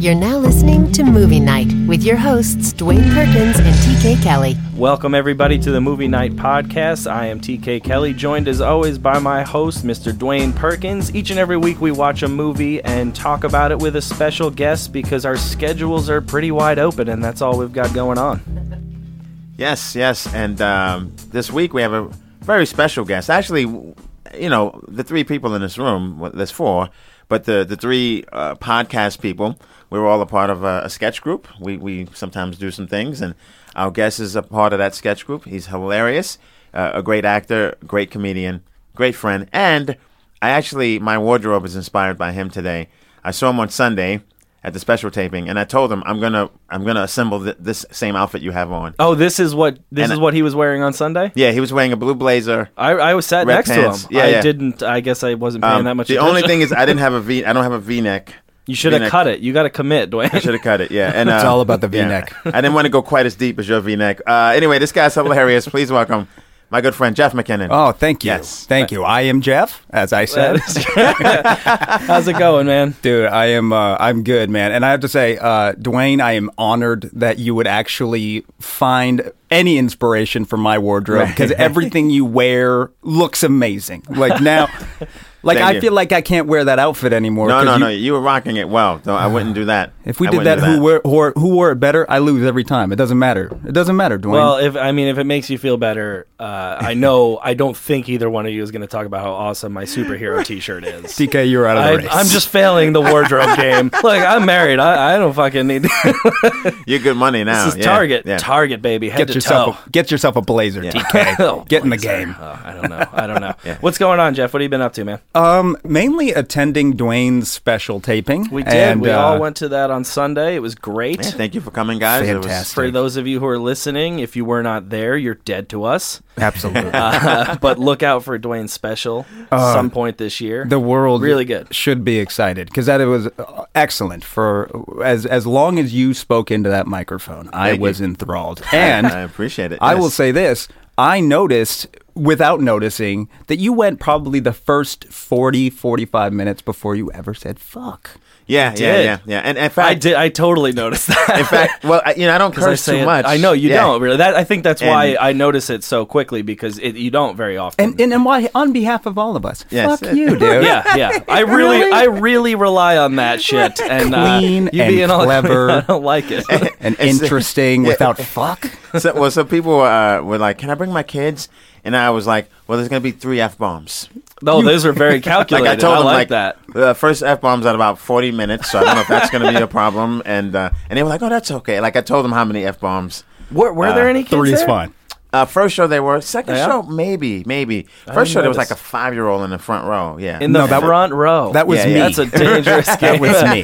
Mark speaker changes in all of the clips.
Speaker 1: You're now listening to Movie Night with your hosts, Dwayne Perkins and TK Kelly.
Speaker 2: Welcome, everybody, to the Movie Night Podcast. I am TK Kelly, joined as always by my host, Mr. Dwayne Perkins. Each and every week, we watch a movie and talk about it with a special guest because our schedules are pretty wide open, and that's all we've got going on.
Speaker 3: Yes, yes. And um, this week we have a very special guest. Actually, w- you know, the three people in this room, well, there's four, but the, the three uh, podcast people, we were all a part of a, a sketch group. We, we sometimes do some things, and our guest is a part of that sketch group. He's hilarious, uh, a great actor, great comedian, great friend. And I actually, my wardrobe is inspired by him today. I saw him on Sunday. At the special taping, and I told him I'm gonna I'm gonna assemble th- this same outfit you have on.
Speaker 2: Oh, this is what this
Speaker 3: And-
Speaker 2: is what he was wearing on Sunday.
Speaker 3: Yeah, he was wearing a blue blazer.
Speaker 2: I, I was sat
Speaker 3: Red
Speaker 2: next
Speaker 3: pants.
Speaker 2: to him.
Speaker 3: Yeah,
Speaker 2: I
Speaker 3: yeah.
Speaker 2: didn't. I guess I wasn't paying
Speaker 3: Um,
Speaker 2: that much.
Speaker 3: the
Speaker 2: attention.
Speaker 3: only thing is, I didn't have a V. I don't have a V neck.
Speaker 2: you should have
Speaker 3: V-neck.
Speaker 2: cut it. You got to commit, Dwayne.
Speaker 3: Should have cut it. Yeah, and
Speaker 4: It's
Speaker 3: uh,
Speaker 4: all about the
Speaker 3: yeah.
Speaker 4: V-neck.
Speaker 3: I didn't want to go quite as deep as your V neck. Uh, anyway, this guy's hilarious. Please welcome my good friend Jeff McKinnon.
Speaker 4: Oh, thank you.
Speaker 3: Yes.
Speaker 4: Thank you. I am Jeff, as I said.
Speaker 2: How's it going, man?
Speaker 4: Dude, I am uh, I'm good, man. And I have to say, uh, Dwayne, I am honored that you would actually find any inspiration from my wardrobe because everything you wear looks amazing. Like now, like
Speaker 3: Thank
Speaker 4: I
Speaker 3: you.
Speaker 4: feel like I can't wear that outfit anymore.
Speaker 3: no,
Speaker 4: 'cause
Speaker 3: no,
Speaker 4: you-
Speaker 3: no. You were rocking it well. No, I wouldn't do that.
Speaker 4: If we
Speaker 3: I
Speaker 4: did that,
Speaker 3: wouldn't do
Speaker 4: who wore who wore- who wore it better? I lose every time. It doesn't matter. It doesn't matter, Dwayne.
Speaker 2: Well, if I mean, if it makes you feel better, uh, I know I don't think either one of you is going to talk about how awesome my superhero T-shirt is.
Speaker 4: TK, you're out of the
Speaker 2: I,
Speaker 4: race.
Speaker 2: I'm just failing the wardrobe game. Look, I'm married. I, I don't fucking need this.
Speaker 3: You're good money now.
Speaker 2: Is
Speaker 3: Yeah,
Speaker 2: Target,
Speaker 3: yeah.
Speaker 2: Target, baby, head
Speaker 4: get
Speaker 2: to
Speaker 4: yourself
Speaker 2: toe.
Speaker 4: a, get yourself a blazer, TK.
Speaker 2: Oh,
Speaker 4: get in the
Speaker 2: blazer.
Speaker 4: game.
Speaker 2: Oh, I don't know. I don't know. What's going on, Jeff? What have you been up to, man?
Speaker 4: Um, mainly attending Dwayne's special taping.
Speaker 2: we did.
Speaker 4: And,
Speaker 2: we
Speaker 4: uh,
Speaker 2: all went to that on Sunday. It was great.
Speaker 3: Yeah, thank you for coming, guys. It was-
Speaker 4: Fantastic.
Speaker 2: For those of you who are listening, if you were not there, you're dead to us.
Speaker 4: Absolutely.
Speaker 2: Uh, but look out for Dwayne's special some point this year.
Speaker 4: the world
Speaker 2: really good.
Speaker 4: should be excited because that was uh, excellent for as as long as you spoke into that microphone. I
Speaker 3: Thank you.
Speaker 4: was enthralled, and
Speaker 3: I appreciate it,
Speaker 4: I
Speaker 3: yes.
Speaker 4: will say this: I noticed without noticing that you went probably the first 40 45 minutes before you ever said fuck
Speaker 3: yeah, yeah,
Speaker 2: did.
Speaker 3: yeah, yeah. And in
Speaker 2: I
Speaker 3: fact,
Speaker 2: did. I totally noticed that.
Speaker 3: in fact, well, I, you know, I don't
Speaker 2: 'Cause I
Speaker 3: curse
Speaker 2: say
Speaker 3: too
Speaker 2: it-
Speaker 3: much.
Speaker 2: I know you
Speaker 3: Yeah.
Speaker 2: don't really. That I think that's why
Speaker 3: And-
Speaker 2: I notice it so quickly because it, you don't very often.
Speaker 4: and and, and why on behalf of all of us
Speaker 3: Yes.
Speaker 4: fuck you dude
Speaker 2: yeah, yeah. I really, I really rely on that shit. And uh,
Speaker 4: Clean
Speaker 2: you
Speaker 4: and
Speaker 2: being all
Speaker 4: clever.
Speaker 2: I don't like it.
Speaker 4: and
Speaker 3: It's-
Speaker 4: interesting
Speaker 3: yeah.
Speaker 4: without fuck
Speaker 3: so, well, some people uh, were like, "Can I bring my kids?" And I was like, "Well, there's gonna be three f bombs."
Speaker 2: No, those are very calculated.
Speaker 3: like I told him,
Speaker 2: like,
Speaker 3: like
Speaker 2: that.
Speaker 3: The first f bomb's at about forty minutes, so I don't know if that's going to be a problem. And uh, and they were like, "Oh, that's okay." Like I told them how many f bombs.
Speaker 2: Were, were there any kids
Speaker 4: three is
Speaker 2: there?
Speaker 4: fine
Speaker 3: Uh, first show they were. Second
Speaker 2: Yeah?
Speaker 3: show maybe, maybe. First show there was
Speaker 2: notice.
Speaker 3: like a five year old in the front row. Yeah.
Speaker 2: in the
Speaker 4: No, that was-
Speaker 2: front row?
Speaker 4: that was
Speaker 3: Yeah, yeah.
Speaker 4: me
Speaker 2: That's a dangerous
Speaker 4: That
Speaker 2: game.
Speaker 4: was me.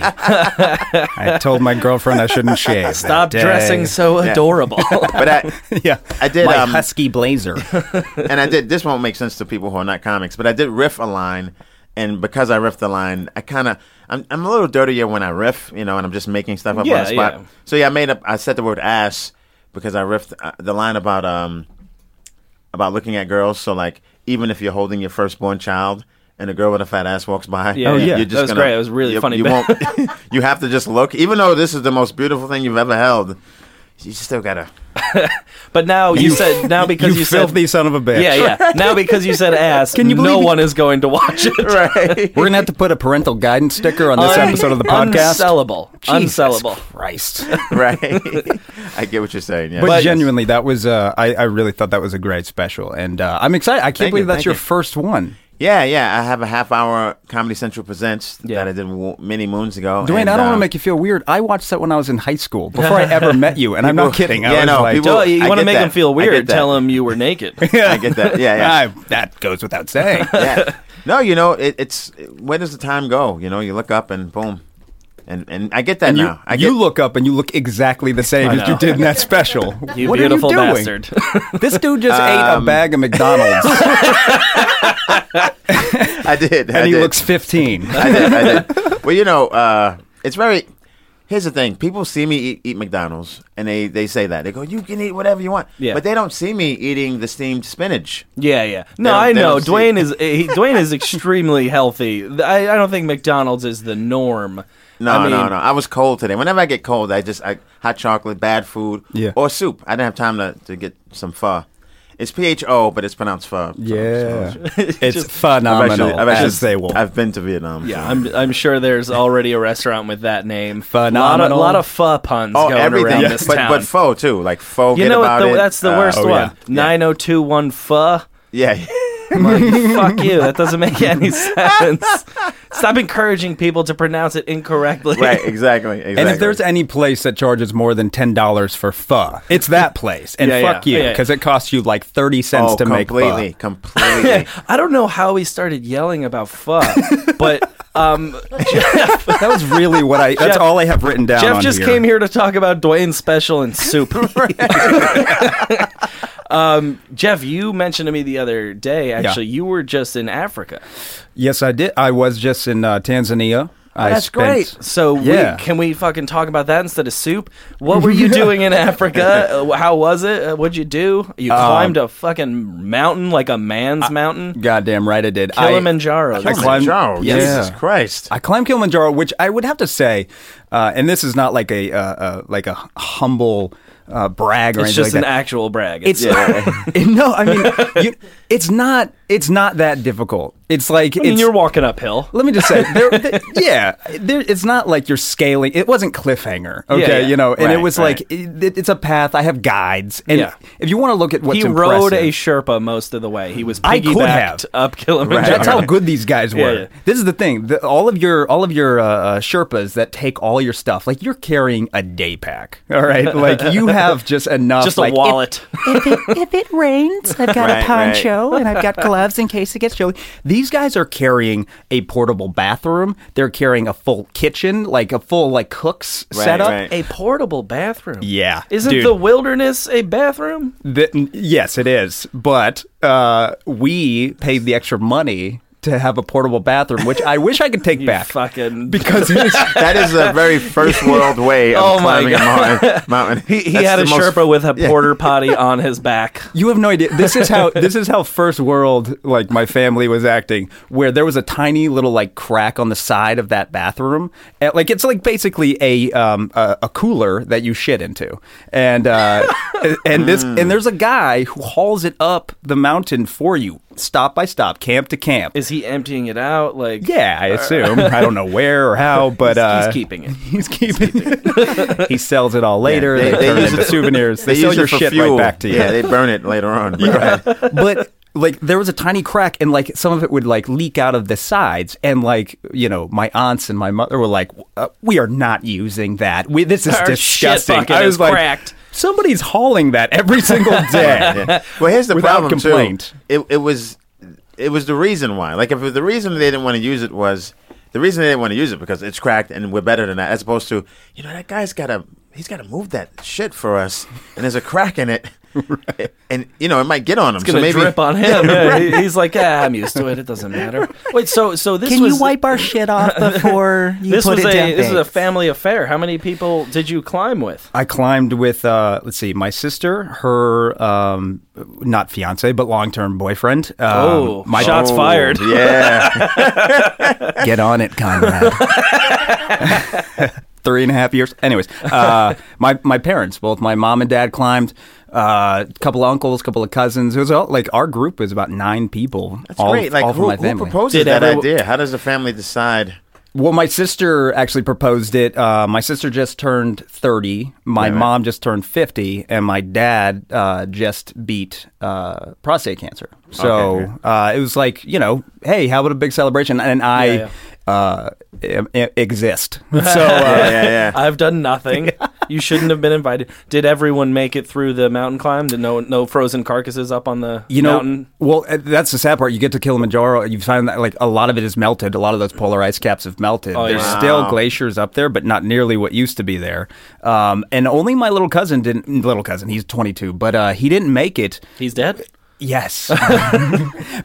Speaker 4: I told my girlfriend I shouldn't shave.
Speaker 2: Stop
Speaker 4: that day.
Speaker 2: dressing so adorable.
Speaker 3: but I,
Speaker 4: Yeah,
Speaker 3: I did,
Speaker 4: my
Speaker 3: um,
Speaker 4: husky blazer.
Speaker 3: and I did. This won't make sense to people who are not comics, but I did riff a line, and because I riffed the line, I kind of I'm, I'm a little dirtier when I riff, you know, and I'm just making stuff up on
Speaker 2: Yeah,
Speaker 3: the spot.
Speaker 2: yeah.
Speaker 3: So yeah, I made up. I said the word ass because I riffed uh, the line about um about looking at girls. So like, even if you're holding your firstborn child. And a girl with a fat ass walks by.
Speaker 2: Yeah, Oh, yeah.
Speaker 3: You're just
Speaker 2: That was
Speaker 3: gonna-
Speaker 2: great. It was really
Speaker 3: you,
Speaker 2: funny
Speaker 3: You
Speaker 2: bit.
Speaker 3: won't. you have to just look, even though this is the most beautiful thing you've ever held. You still gotta.
Speaker 2: But now you, said now because you,
Speaker 4: you
Speaker 2: said
Speaker 4: filthy son of a bitch.
Speaker 2: Yeah, yeah. Now because you said ass,
Speaker 4: Can you
Speaker 2: no
Speaker 4: believe-
Speaker 2: one is going to watch it. right.
Speaker 4: We're gonna have to put a parental guidance sticker on this episode of the podcast.
Speaker 2: Unsellable.
Speaker 4: Jesus
Speaker 2: Unsellable.
Speaker 4: Christ.
Speaker 3: Right. I get what you're saying. Yeah.
Speaker 4: But, genuinely, that was uh, I, I really thought that was a great special, and uh, I'm excited. I can't
Speaker 3: Thank
Speaker 4: believe
Speaker 3: you,
Speaker 4: that's
Speaker 3: thank
Speaker 4: your
Speaker 3: you.
Speaker 4: first one,
Speaker 3: Yeah, yeah. I have a half hour Comedy Central Presents
Speaker 2: Yeah.
Speaker 3: that I did w- many moons ago.
Speaker 4: Dwayne.
Speaker 3: and,
Speaker 4: I don't want
Speaker 3: um,
Speaker 4: to make you feel weird. I watched that when I was in high school before I ever met you, and I'm not kidding. I
Speaker 3: Yeah,
Speaker 4: was
Speaker 3: no,
Speaker 4: like,
Speaker 3: people-
Speaker 2: Oh, you
Speaker 3: I
Speaker 2: want to
Speaker 3: get
Speaker 2: make
Speaker 3: that.
Speaker 2: them feel
Speaker 3: I get
Speaker 2: weird?
Speaker 3: that.
Speaker 2: Tell them you were naked.
Speaker 3: I get that. Yeah, yeah.
Speaker 4: I- that goes without saying.
Speaker 3: yeah. No, you know, it, it's where does the time go? You know, you look up and boom, and and I get that
Speaker 4: And you,
Speaker 3: now. I
Speaker 4: you
Speaker 3: get,
Speaker 4: look up and you look exactly the same as you did in that special.
Speaker 2: You
Speaker 4: What are
Speaker 2: beautiful
Speaker 4: doing?
Speaker 2: bastard. Um,
Speaker 4: This dude just ate a bag of McDonald's
Speaker 3: I did. I
Speaker 4: and he
Speaker 3: did.
Speaker 4: looks 15.
Speaker 3: I did. I did. well, you know, uh, it's very. Here's the thing: people see me eat, eat McDonald's, and they they say that they go, "You can eat whatever you want,"
Speaker 2: Yeah.
Speaker 3: but they don't see me eating the steamed spinach.
Speaker 2: Yeah, yeah. No,
Speaker 3: don't-
Speaker 2: I
Speaker 3: they
Speaker 2: know.
Speaker 3: don't see-
Speaker 2: Dwayne is he, Dwayne is extremely healthy. Th- I, I don't think McDonald's is the norm.
Speaker 3: No,
Speaker 2: I mean,
Speaker 3: no, no. I was cold today. Whenever I get cold, I just I, hot chocolate, bad food,
Speaker 4: Yeah.
Speaker 3: or soup. I didn't have time to, to get some pho. It's P H O, but it's pronounced pho. So-
Speaker 4: Yeah,
Speaker 3: so-
Speaker 4: it's
Speaker 3: I've
Speaker 4: phenomenal.
Speaker 3: actually, I've actually-
Speaker 4: as they will.
Speaker 3: I've been to Vietnam.
Speaker 2: Yeah,
Speaker 3: so-
Speaker 2: I'm I'm sure there's already a restaurant with that name.
Speaker 4: Phenomenal.
Speaker 2: A lot of, lot of pho puns
Speaker 3: oh,
Speaker 2: going
Speaker 3: everything,
Speaker 2: around this
Speaker 3: but
Speaker 2: town.
Speaker 3: but pho too, like pho.
Speaker 2: you
Speaker 3: get
Speaker 2: know what?
Speaker 3: about
Speaker 2: The,
Speaker 3: it.
Speaker 2: that's the
Speaker 3: Uh,
Speaker 2: worst
Speaker 4: oh,
Speaker 2: one.
Speaker 4: yeah.
Speaker 2: Nine oh two one pho.
Speaker 3: Yeah,
Speaker 2: Like, fuck you. That doesn't make any sense. Stop encouraging people to pronounce it incorrectly.
Speaker 3: right, exactly, exactly.
Speaker 4: And if there's any place that charges more than ten dollars for pho, it's that place. And
Speaker 2: Yeah,
Speaker 4: fuck
Speaker 2: yeah.
Speaker 4: you,
Speaker 2: Yeah, yeah.
Speaker 4: because it costs you like thirty cents
Speaker 3: oh,
Speaker 4: to make pho.
Speaker 3: completely, completely.
Speaker 2: I don't know how he started yelling about pho, but um,
Speaker 4: That was really what I. That's
Speaker 2: Jeff-
Speaker 4: all I have written down.
Speaker 2: Jeff
Speaker 4: on
Speaker 2: just
Speaker 4: here.
Speaker 2: came here to talk about Dwayne's special and soup. um, Jeff, you mentioned to me the other day. Actually, you were just in Africa,
Speaker 4: Yes, I did. I was just in uh, Tanzania. I
Speaker 3: that's
Speaker 4: spent,
Speaker 3: great.
Speaker 2: so
Speaker 4: Yeah.
Speaker 2: we, can we fucking talk about that instead of soup? What were you doing in Africa? Uh, How was it? Uh, what'd you do? You
Speaker 4: Um,
Speaker 2: climbed a fucking mountain like a man's mountain,
Speaker 4: Goddamn right, I did.
Speaker 2: Kilimanjaro.
Speaker 4: I, I
Speaker 2: That's-
Speaker 4: climbed.
Speaker 3: Kilimanjaro, Jesus
Speaker 4: Yeah.
Speaker 3: Christ.
Speaker 4: I climbed Kilimanjaro, which I would have to say, uh, and this is not like a uh, uh, like a humble uh, brag or
Speaker 2: it's
Speaker 4: anything
Speaker 2: just
Speaker 4: like
Speaker 2: an
Speaker 4: that.
Speaker 2: actual brag.
Speaker 4: It's no, I mean, you, it's not. It's not that difficult. It's like
Speaker 2: I mean,
Speaker 4: it's,
Speaker 2: you're walking uphill.
Speaker 4: Let me just say, there, th- yeah, there, it's not like you're scaling. It wasn't cliffhanger, okay,
Speaker 2: yeah.
Speaker 4: you know. And it
Speaker 3: Right,
Speaker 4: was like it, it's a path. I have guides, and
Speaker 2: Yeah.
Speaker 4: if you want to look at what's
Speaker 2: he rode
Speaker 4: impressive-
Speaker 2: a Sherpa most of the way. He was
Speaker 4: I could
Speaker 2: piggybacked
Speaker 4: have.
Speaker 2: up
Speaker 4: Right.
Speaker 2: Kilimanjaro.
Speaker 4: That's how good these guys were.
Speaker 2: Yeah, yeah.
Speaker 4: This is the thing. The, all of your all of your uh, uh, Sherpas that take all your stuff, like you're carrying a day pack. All right, like you have just enough.
Speaker 2: Just
Speaker 4: like,
Speaker 2: a wallet.
Speaker 5: if it, if it rains, I've got
Speaker 3: Right,
Speaker 5: a poncho and I've got gloves in case it gets chilly.
Speaker 4: These guys are carrying a portable bathroom. They're carrying a full kitchen, like a full like cooks
Speaker 3: Right,
Speaker 4: setup.
Speaker 3: right.
Speaker 2: A portable bathroom.
Speaker 4: Yeah,
Speaker 2: Isn't
Speaker 4: dude.
Speaker 2: the wilderness a bathroom?
Speaker 4: The- n- yes, it is. But uh, we paid the extra money to have a portable bathroom, which I wish I could take back.
Speaker 2: Fucking.
Speaker 4: because it is-
Speaker 3: that is a very first world way of
Speaker 2: Oh my
Speaker 3: climbing a mountain. mountain.
Speaker 2: He, he had a Sherpa with a porter potty on his back.
Speaker 4: You have no idea. This is how this is how first world like my family was acting, where there was a tiny little like crack on the side of that bathroom, and, like it's like basically a um a, a cooler that you shit into, and uh and this and there's a guy who hauls it up the mountain for you, stop by stop, camp to camp.
Speaker 2: Is he emptying it out? Like,
Speaker 4: yeah, I assume. I don't know where or how, but uh,
Speaker 2: he's keeping it.
Speaker 4: He's keeping. it. he sells it all later.
Speaker 3: they-
Speaker 4: they,
Speaker 3: they
Speaker 4: turn it
Speaker 3: use
Speaker 4: into
Speaker 3: it-
Speaker 4: souvenirs. They,
Speaker 3: They
Speaker 4: sell
Speaker 3: use
Speaker 4: your
Speaker 3: it for
Speaker 4: shit
Speaker 3: fuel.
Speaker 4: right back to you
Speaker 3: Yeah, they burn it later on. but go ahead.
Speaker 4: but like there was a tiny crack and like some of it would like leak out of the sides and like you know my aunts and my mother were like uh, we are not using that we, this is
Speaker 2: Our shit
Speaker 4: disgusting
Speaker 2: bucket is cracked.
Speaker 4: somebody's hauling that every single day
Speaker 3: Yeah. Well, here's the
Speaker 4: Without
Speaker 3: problem
Speaker 4: complaint.
Speaker 3: too. It, it was it was the reason why. Like if the reason they didn't want to use it was the reason they didn't want to use it because it's cracked and we're better than that. As opposed to you know that guy's got to he's got to move that shit for us and there's a crack in it. And you know it might get on him.
Speaker 2: It's gonna
Speaker 3: so maybe
Speaker 2: drip on him. Yeah, he- He's like, ah, I'm used to it. It doesn't matter. Wait, so so this
Speaker 5: Can
Speaker 2: was
Speaker 5: you wipe our shit off before you
Speaker 2: this
Speaker 5: put
Speaker 2: was
Speaker 5: it
Speaker 2: a
Speaker 5: down?
Speaker 2: this is a
Speaker 5: Thanks.
Speaker 2: family affair. How many people did you climb with?
Speaker 4: I climbed with, uh, let's see, my sister, her um, not fiance but long term boyfriend. Um,
Speaker 2: Oh,
Speaker 4: my
Speaker 2: shots
Speaker 3: Oh,
Speaker 2: fired.
Speaker 3: Yeah,
Speaker 4: Get on it, Conrad. Three and a half years. Anyways, uh, my my parents, both my mom and dad, climbed. A couple of uncles, couple of cousins. It was all, like our group was about nine people.
Speaker 3: that's
Speaker 4: all,
Speaker 3: great. Like
Speaker 4: all from
Speaker 3: who,
Speaker 4: my
Speaker 3: who
Speaker 4: family.
Speaker 3: proposes
Speaker 2: Did
Speaker 3: that
Speaker 2: everyone-
Speaker 3: idea? How does the family decide?
Speaker 4: Well, my sister actually proposed it. Uh, my sister just turned 30. My mom just turned 50. And my dad uh, just beat uh, prostate cancer. So
Speaker 3: Okay, okay.
Speaker 4: Uh, it was like, you know, hey, how about a big celebration? And I
Speaker 2: Yeah,
Speaker 4: Uh, am- am- exist. So uh,
Speaker 3: Yeah, yeah, yeah.
Speaker 2: I've done nothing. you shouldn't have been invited. Did everyone make it through the mountain climb? Did no no frozen carcasses up on the
Speaker 4: you know,
Speaker 2: mountain?
Speaker 4: well, uh, that's the sad part. You get to Kilimanjaro, you find that like a lot of it is melted. A lot of those polar ice caps have melted.
Speaker 2: Oh,
Speaker 4: There's
Speaker 2: yeah.
Speaker 4: still glaciers up there, but not nearly what used to be there. Um, and only my little cousin didn't. Little cousin, he's 22, but uh, he didn't make it.
Speaker 2: He's dead.
Speaker 4: Yes,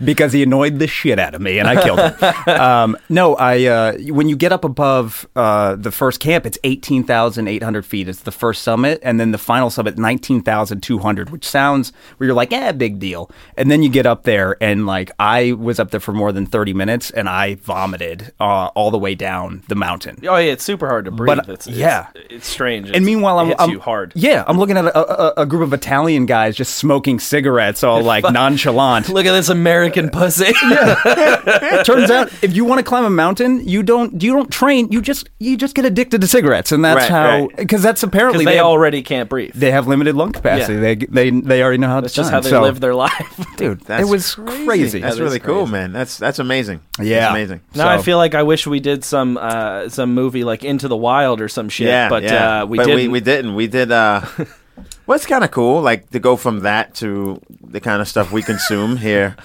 Speaker 4: because he annoyed the shit out of me, and I killed him. um, no, I uh, when you get up above uh, the first camp, it's eighteen thousand eight hundred feet. It's the first summit, and then the final summit nineteen thousand two hundred, which sounds where you're like, eh, big deal. And then you get up there, and like I was up there for more than thirty minutes, and I vomited uh, all the way down the mountain.
Speaker 2: Oh yeah, it's super hard to breathe.
Speaker 4: But,
Speaker 2: it's,
Speaker 4: yeah.
Speaker 2: it's, it's strange. It's,
Speaker 4: And meanwhile,
Speaker 2: it
Speaker 4: I'm,
Speaker 2: hits
Speaker 4: I'm-
Speaker 2: you hard.
Speaker 4: Yeah, I'm looking at a, a, a group of Italian guys just smoking cigarettes, all like nonchalant.
Speaker 2: Look at this American pussy.
Speaker 4: Turns out, if you want to climb a mountain, you don't you don't train. You just you just get addicted to cigarettes, and that's
Speaker 3: Right,
Speaker 4: how
Speaker 3: right.
Speaker 4: because that's apparently
Speaker 2: Because they
Speaker 4: have,
Speaker 2: already can't breathe.
Speaker 4: they have limited lung capacity.
Speaker 2: Yeah.
Speaker 4: They they they already know how
Speaker 2: That's
Speaker 4: to
Speaker 2: just
Speaker 4: time,
Speaker 2: how they
Speaker 4: so-
Speaker 2: live their life.
Speaker 4: dude.
Speaker 3: That's
Speaker 4: it was crazy.
Speaker 3: That's
Speaker 2: That is
Speaker 3: really cool,
Speaker 2: crazy.
Speaker 3: man. That's that's amazing. That's
Speaker 4: yeah,
Speaker 3: amazing.
Speaker 2: Now I
Speaker 4: So-
Speaker 2: feel like I wish we did some uh, some movie like Into the Wild or some shit.
Speaker 3: yeah,
Speaker 2: but
Speaker 3: yeah.
Speaker 2: Uh, we
Speaker 3: but
Speaker 2: didn't.
Speaker 3: We, we didn't. We did. Uh, well, it's kind of cool, like to go from that to the kind of stuff we consume here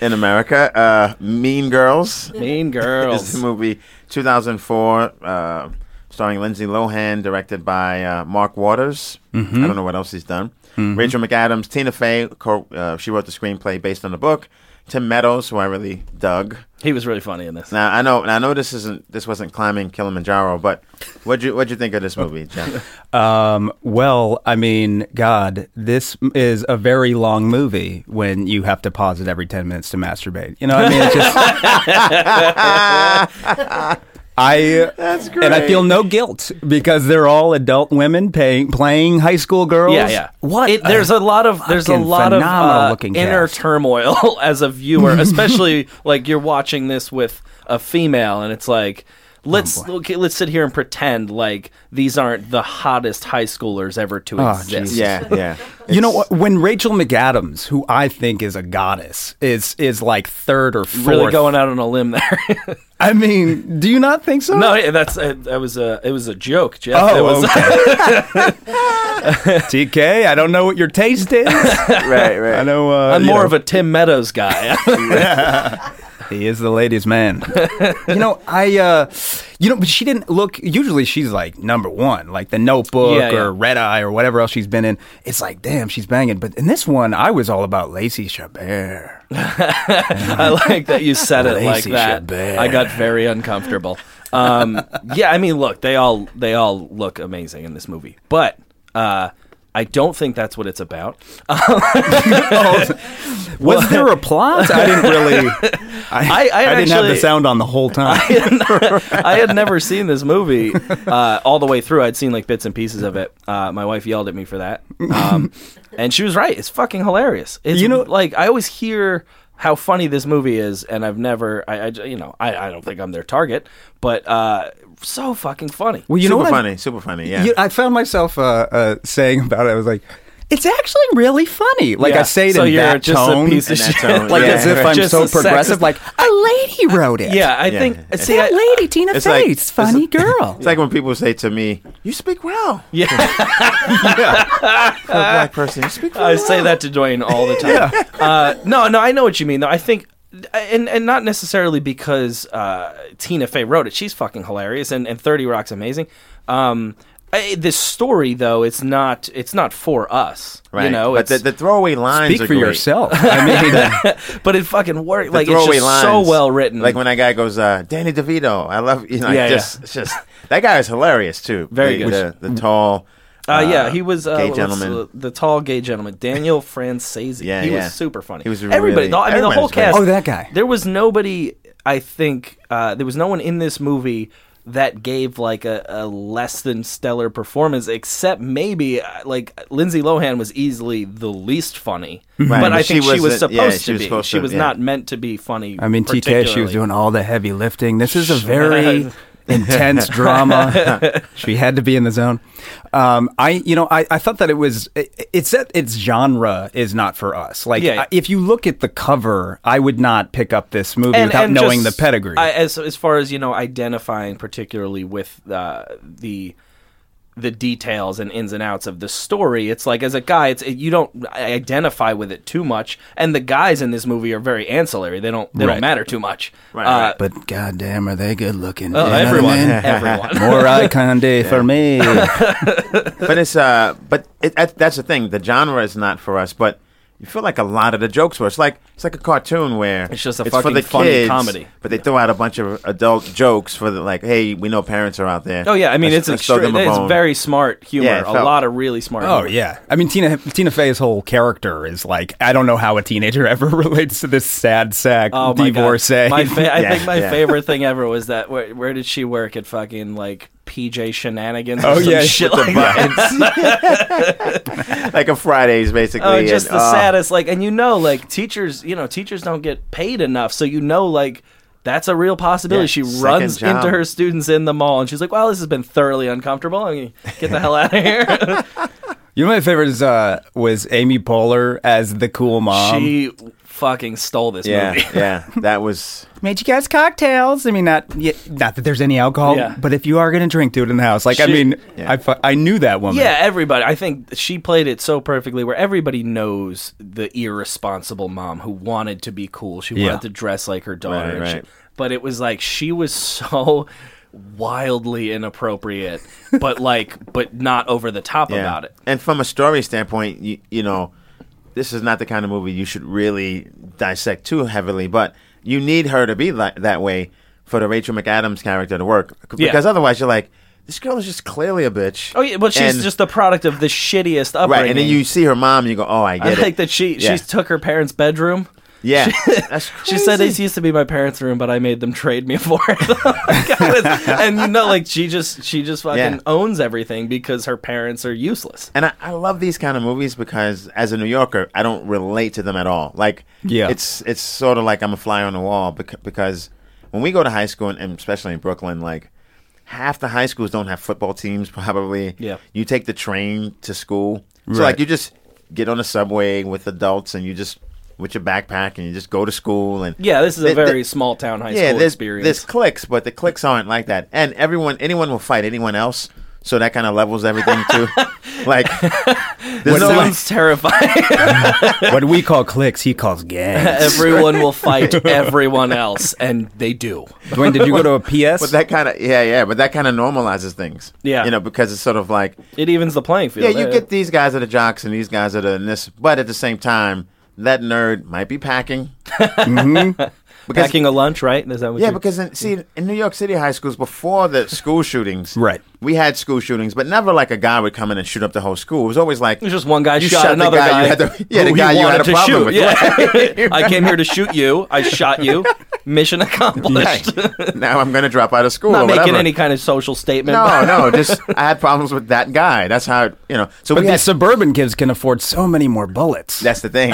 Speaker 3: in America. Uh, mean Girls
Speaker 2: mean
Speaker 3: is the
Speaker 2: Girls.
Speaker 3: movie 2004, uh, starring Lindsay Lohan, directed by uh, Mark Waters.
Speaker 2: Mm-hmm.
Speaker 3: I don't know what else he's done. Rachel McAdams, Tina Fey. Co- uh, she wrote the screenplay based on the book. Tim Meadows, who I really dug.
Speaker 2: He was really funny in this.
Speaker 3: Now I know. Now I know this isn't. This wasn't climbing Kilimanjaro, but what you what you think of this movie, Jeff?
Speaker 4: Um, well, I mean, God, this m- is a very long movie when you have to pause it every 10 minutes to masturbate. You know what I mean? It's just. I That's great. and I feel no guilt because they're all adult women paying, playing high school girls.
Speaker 2: Yeah, yeah.
Speaker 4: What?
Speaker 2: It, there's a lot of there's a
Speaker 4: fucking
Speaker 2: lot of
Speaker 4: phenomenal
Speaker 2: uh,
Speaker 4: looking
Speaker 2: inner
Speaker 4: cast.
Speaker 2: turmoil as a viewer, especially like you're watching this with a female, and it's like.
Speaker 4: Oh,
Speaker 2: Let's okay, let's sit here and pretend like these aren't the hottest high schoolers ever to
Speaker 4: Oh,
Speaker 2: exist.
Speaker 3: yeah, yeah.
Speaker 4: you know
Speaker 3: It's-
Speaker 4: what? When Rachel McAdams, who I think is a goddess, is is like third or fourth.
Speaker 2: Really going out on a limb there.
Speaker 4: I mean, do you not think so?
Speaker 2: no, yeah, that's uh, that was a it was a joke, Jeff. it
Speaker 4: Oh,
Speaker 2: was,
Speaker 4: okay. TK, I don't know what your taste is.
Speaker 3: Right, right.
Speaker 4: I know. Uh,
Speaker 2: I'm
Speaker 4: you
Speaker 2: more
Speaker 4: know,
Speaker 2: of a Tim Meadows guy.
Speaker 4: He is the ladies' man. you know, I. Uh, you know, but she didn't look. Usually, she's like number one, like The Notebook
Speaker 2: Yeah, yeah.
Speaker 4: or Red Eye or whatever else she's been in. It's like, damn, she's banging. But in this one, I was all about Lacey Chabert.
Speaker 2: I like that you said it like
Speaker 4: Lacey
Speaker 2: that.
Speaker 4: Chabert.
Speaker 2: I got very uncomfortable. Um, yeah, I mean, look, they all they all look amazing in this movie, but uh, I don't think that's what it's about.
Speaker 4: Oh, Was there a plot? I didn't really. I,
Speaker 2: I
Speaker 4: didn't have the
Speaker 2: actually-
Speaker 4: sound on the whole time.
Speaker 2: I had never seen this movie uh, all the way through. I'd seen like bits and pieces of it. Uh, my wife yelled at me for that, um, and she was right. It's fucking hilarious. It's,
Speaker 4: You
Speaker 2: you
Speaker 4: know-
Speaker 2: know, like I always hear how funny this movie is, and I've never, I, I you know, I, I don't think I'm their target, but uh, so fucking funny.
Speaker 4: well, you know
Speaker 3: super
Speaker 4: what? I-
Speaker 3: funny, super funny. Yeah.
Speaker 4: You- I found myself uh, uh, saying about it. I was like, "It's actually really funny." Like
Speaker 2: Yeah.
Speaker 4: I say it
Speaker 2: So
Speaker 4: in
Speaker 2: you're
Speaker 4: that
Speaker 2: just a
Speaker 4: tone,
Speaker 2: piece of
Speaker 3: In that
Speaker 2: shit.
Speaker 3: tone,
Speaker 4: like
Speaker 3: Yeah.
Speaker 4: as if I'm
Speaker 2: Just
Speaker 4: so
Speaker 2: a sexist-
Speaker 4: progressive. Like a lady wrote it.
Speaker 2: Yeah, I
Speaker 3: Yeah.
Speaker 2: think.
Speaker 3: It's
Speaker 2: See, I,
Speaker 5: lady, Tina
Speaker 3: It's like-
Speaker 5: Fey,
Speaker 3: it's
Speaker 5: funny girl.
Speaker 3: It's like when people say to me, "You speak well."
Speaker 2: Yeah.
Speaker 3: For a black person, you speak
Speaker 2: I
Speaker 3: well.
Speaker 2: say that to Dwayne all the time. uh, no, no, I know what you mean though. I think, and and not necessarily because uh, Tina Fey wrote it. She's fucking hilarious, and, and Thirty Rock's amazing. Um, I, this story though, it's not it's not for us.
Speaker 3: Right.
Speaker 2: You know,
Speaker 3: but the,
Speaker 2: it's,
Speaker 3: the throwaway lines.
Speaker 4: Speak
Speaker 3: are
Speaker 4: for
Speaker 3: great.
Speaker 4: yourself. I mean,
Speaker 2: but it fucking works.
Speaker 3: The
Speaker 2: Like it's
Speaker 3: throwaway
Speaker 2: just
Speaker 3: lines,
Speaker 2: so well written.
Speaker 3: Like when that guy goes, uh, "Danny DeVito, I love you." Know,
Speaker 2: Yeah,
Speaker 3: yeah,
Speaker 2: yeah.
Speaker 3: just, it's just that guy is hilarious too.
Speaker 2: Very
Speaker 3: the,
Speaker 2: good.
Speaker 3: The, the tall.
Speaker 2: uh, yeah, he was uh,
Speaker 3: gay
Speaker 2: what's
Speaker 3: gentleman.
Speaker 2: The, the tall gay gentleman, Daniel Francese.
Speaker 3: Yeah,
Speaker 2: he
Speaker 3: yeah.
Speaker 2: was super funny.
Speaker 3: He was
Speaker 2: everybody.
Speaker 3: really-
Speaker 2: the- I mean, the
Speaker 3: everyone
Speaker 2: whole
Speaker 3: was great.
Speaker 2: cast.
Speaker 4: Oh, that guy.
Speaker 2: There was nobody. I think uh, there was no one in this movie that gave like a, a less than stellar performance, except maybe uh, like Lindsay Lohan was easily the least funny.
Speaker 4: Mm-hmm.
Speaker 3: Right,
Speaker 2: But I
Speaker 3: but
Speaker 2: think
Speaker 3: she
Speaker 2: she was supposed
Speaker 3: wasn't- yeah, she
Speaker 2: to
Speaker 3: was
Speaker 2: be.
Speaker 3: supposed
Speaker 2: she
Speaker 3: to-
Speaker 2: was
Speaker 3: yeah.
Speaker 2: not meant to be funny.
Speaker 4: I mean, TK, she was
Speaker 2: particularly.
Speaker 4: doing all the heavy lifting. This is a very intense drama. she had to be in the zone. Um, I, you know, I, I thought that it was. It, it's that its genre is not for us. Like,
Speaker 2: Yeah, yeah.
Speaker 4: I- if you look at the cover, I would not pick up this movie without knowing
Speaker 2: just,
Speaker 4: the pedigree.
Speaker 2: I, as as far as you know, identifying particularly with uh, the the details and ins and outs of the story. It's like as a guy, it's you don't identify with it too much, and the guys in this movie are very ancillary. They don't they
Speaker 4: Right.
Speaker 2: don't matter too much.
Speaker 3: Right,
Speaker 2: Uh,
Speaker 3: right.
Speaker 4: but goddamn, are they good looking?
Speaker 2: oh,
Speaker 4: You know what I
Speaker 2: everyone,
Speaker 4: mean?
Speaker 2: everyone.
Speaker 4: More icon day for me.
Speaker 3: but it's uh, but it, that, that's the thing. The genre is not for us, but you feel like a lot of the jokes were. It's like it's like a cartoon where
Speaker 2: It's just a fucking funny comedy.
Speaker 3: but they throw out a bunch of adult jokes for the like, hey, we know parents are out there.
Speaker 2: Oh yeah, I mean it's
Speaker 3: Let's- let's throw
Speaker 2: extre-
Speaker 3: them a
Speaker 2: it's
Speaker 3: bone.
Speaker 2: very smart humor.
Speaker 3: Yeah, it
Speaker 2: a
Speaker 3: felt-
Speaker 2: lot of really smart.
Speaker 4: Oh
Speaker 2: humor.
Speaker 4: yeah, I mean Tina Tina Fey's whole character is like I don't know how a teenager ever relates to this sad sack
Speaker 2: Oh my God.
Speaker 4: divorcee.
Speaker 2: My fa- I
Speaker 3: eh? Yeah,
Speaker 2: think my
Speaker 3: yeah.
Speaker 2: favorite thing ever was that. Where, where did she work at fucking like PJ Shenanigans? Or
Speaker 4: Oh,
Speaker 2: some
Speaker 4: yeah,
Speaker 2: shit
Speaker 3: with
Speaker 2: like
Speaker 3: the
Speaker 2: that.
Speaker 3: buttons. like a Fridays basically.
Speaker 2: Oh,
Speaker 3: and,
Speaker 2: just the
Speaker 3: uh,
Speaker 2: saddest. Like, and you know, like teachers, you know, teachers don't get paid enough, so you know, like. That's a real possibility. she
Speaker 3: Yeah, second
Speaker 2: runs
Speaker 3: job.
Speaker 2: into her students in the mall, and she's like, "Well, this has been thoroughly uncomfortable. I mean, get the hell out of here."
Speaker 4: you know my favorite is, uh, was Amy Poehler as the cool mom.
Speaker 2: she fucking stole this
Speaker 3: Yeah,
Speaker 2: movie.
Speaker 3: yeah. That was
Speaker 4: made you guys cocktails. I mean, not y not that there's any alcohol,
Speaker 2: Yeah.
Speaker 4: but if you are gonna drink, do it in the house. Like I
Speaker 2: She-
Speaker 4: mean,
Speaker 3: Yeah.
Speaker 4: I fu- I knew that woman.
Speaker 2: Yeah, everybody. I think she played it so perfectly where everybody knows the irresponsible mom who wanted to be cool. She
Speaker 4: Yeah.
Speaker 2: wanted to dress like her daughter.
Speaker 3: Right,
Speaker 2: and she-
Speaker 3: right.
Speaker 2: but it was like she was so wildly inappropriate, but like, but not over the top
Speaker 3: yeah.
Speaker 2: about it.
Speaker 3: And from a story standpoint, you, you know, this is not the kind of movie you should really dissect too heavily, but you need her to be like that way for the Rachel McAdams character to work. C-
Speaker 2: Yeah.
Speaker 3: Because otherwise you're like, this girl is just clearly a bitch.
Speaker 2: Oh yeah, well she's
Speaker 3: And-
Speaker 2: just the product of the shittiest upbringing.
Speaker 3: Right, and then you see her mom, and you go, "Oh, I get
Speaker 2: I
Speaker 3: it."
Speaker 2: like that she
Speaker 3: Yeah.
Speaker 2: she took her parents' bedroom.
Speaker 3: Yeah, that's crazy.
Speaker 2: She said this used to be my parents' room, but I made them trade me for it. God, it's- and you know, like she just she just fucking
Speaker 3: Yeah.
Speaker 2: owns everything because her parents are useless.
Speaker 3: and I, I love these kind of movies because as a New Yorker, I don't relate to them at all. Like,
Speaker 4: Yeah.
Speaker 3: it's it's sort of like I'm a fly on the wall bec- because when we go to high school and, and especially in Brooklyn, like half the high schools don't have football teams. Probably,
Speaker 2: Yeah.
Speaker 3: You take the train to school, so
Speaker 4: Right.
Speaker 3: like you just get on a subway with adults and you just with your backpack and you just go to school and
Speaker 2: Yeah, this is a
Speaker 3: Th- th-
Speaker 2: very small town high school
Speaker 3: there's,
Speaker 2: experience.
Speaker 3: There's clicks, but the clicks aren't like that. And everyone, anyone will fight anyone else. So that kind of levels everything too. like,
Speaker 2: It
Speaker 3: there's no like,
Speaker 2: sounds terrifying.
Speaker 4: what we call clicks, he calls gangs.
Speaker 2: everyone will fight everyone else, and they do.
Speaker 4: Dwayne, did you go to a PS?
Speaker 3: but that kind of yeah, yeah. But that kind of normalizes things.
Speaker 2: Yeah.
Speaker 3: you know, because it's sort of like
Speaker 2: It evens the playing
Speaker 3: yeah,
Speaker 2: field. Uh,
Speaker 3: you get these guys are the jocks and these guys are the this, but at the same time, that nerd might be packing.
Speaker 4: Mm-hmm.
Speaker 3: because-
Speaker 2: packing a lunch, right? Is that what
Speaker 3: Yeah,
Speaker 2: you-
Speaker 3: because in, see, in New York City high schools, before the school shootings,
Speaker 4: Right.
Speaker 3: We had school shootings, but never like a guy would come in and shoot up the whole school. It was always like
Speaker 2: It was just one guy
Speaker 3: you
Speaker 2: shot
Speaker 3: shot
Speaker 2: another
Speaker 3: the guy,
Speaker 2: guy
Speaker 3: You had the, yeah,
Speaker 2: who
Speaker 3: the
Speaker 2: he
Speaker 3: guy you
Speaker 2: wanted
Speaker 3: had a
Speaker 2: to
Speaker 3: problem
Speaker 2: shoot.
Speaker 3: with.
Speaker 2: Yeah. I came here to shoot you. I shot you. Mission accomplished.
Speaker 3: Right. now I'm going to drop out of school.
Speaker 2: Not
Speaker 3: or
Speaker 2: making
Speaker 3: whatever.
Speaker 2: any kind of social statement.
Speaker 3: No, no, just I had problems with that guy. That's how it- you know. So
Speaker 4: but
Speaker 3: we
Speaker 4: these
Speaker 3: had,
Speaker 4: suburban kids can afford so many more bullets.
Speaker 3: that's the thing.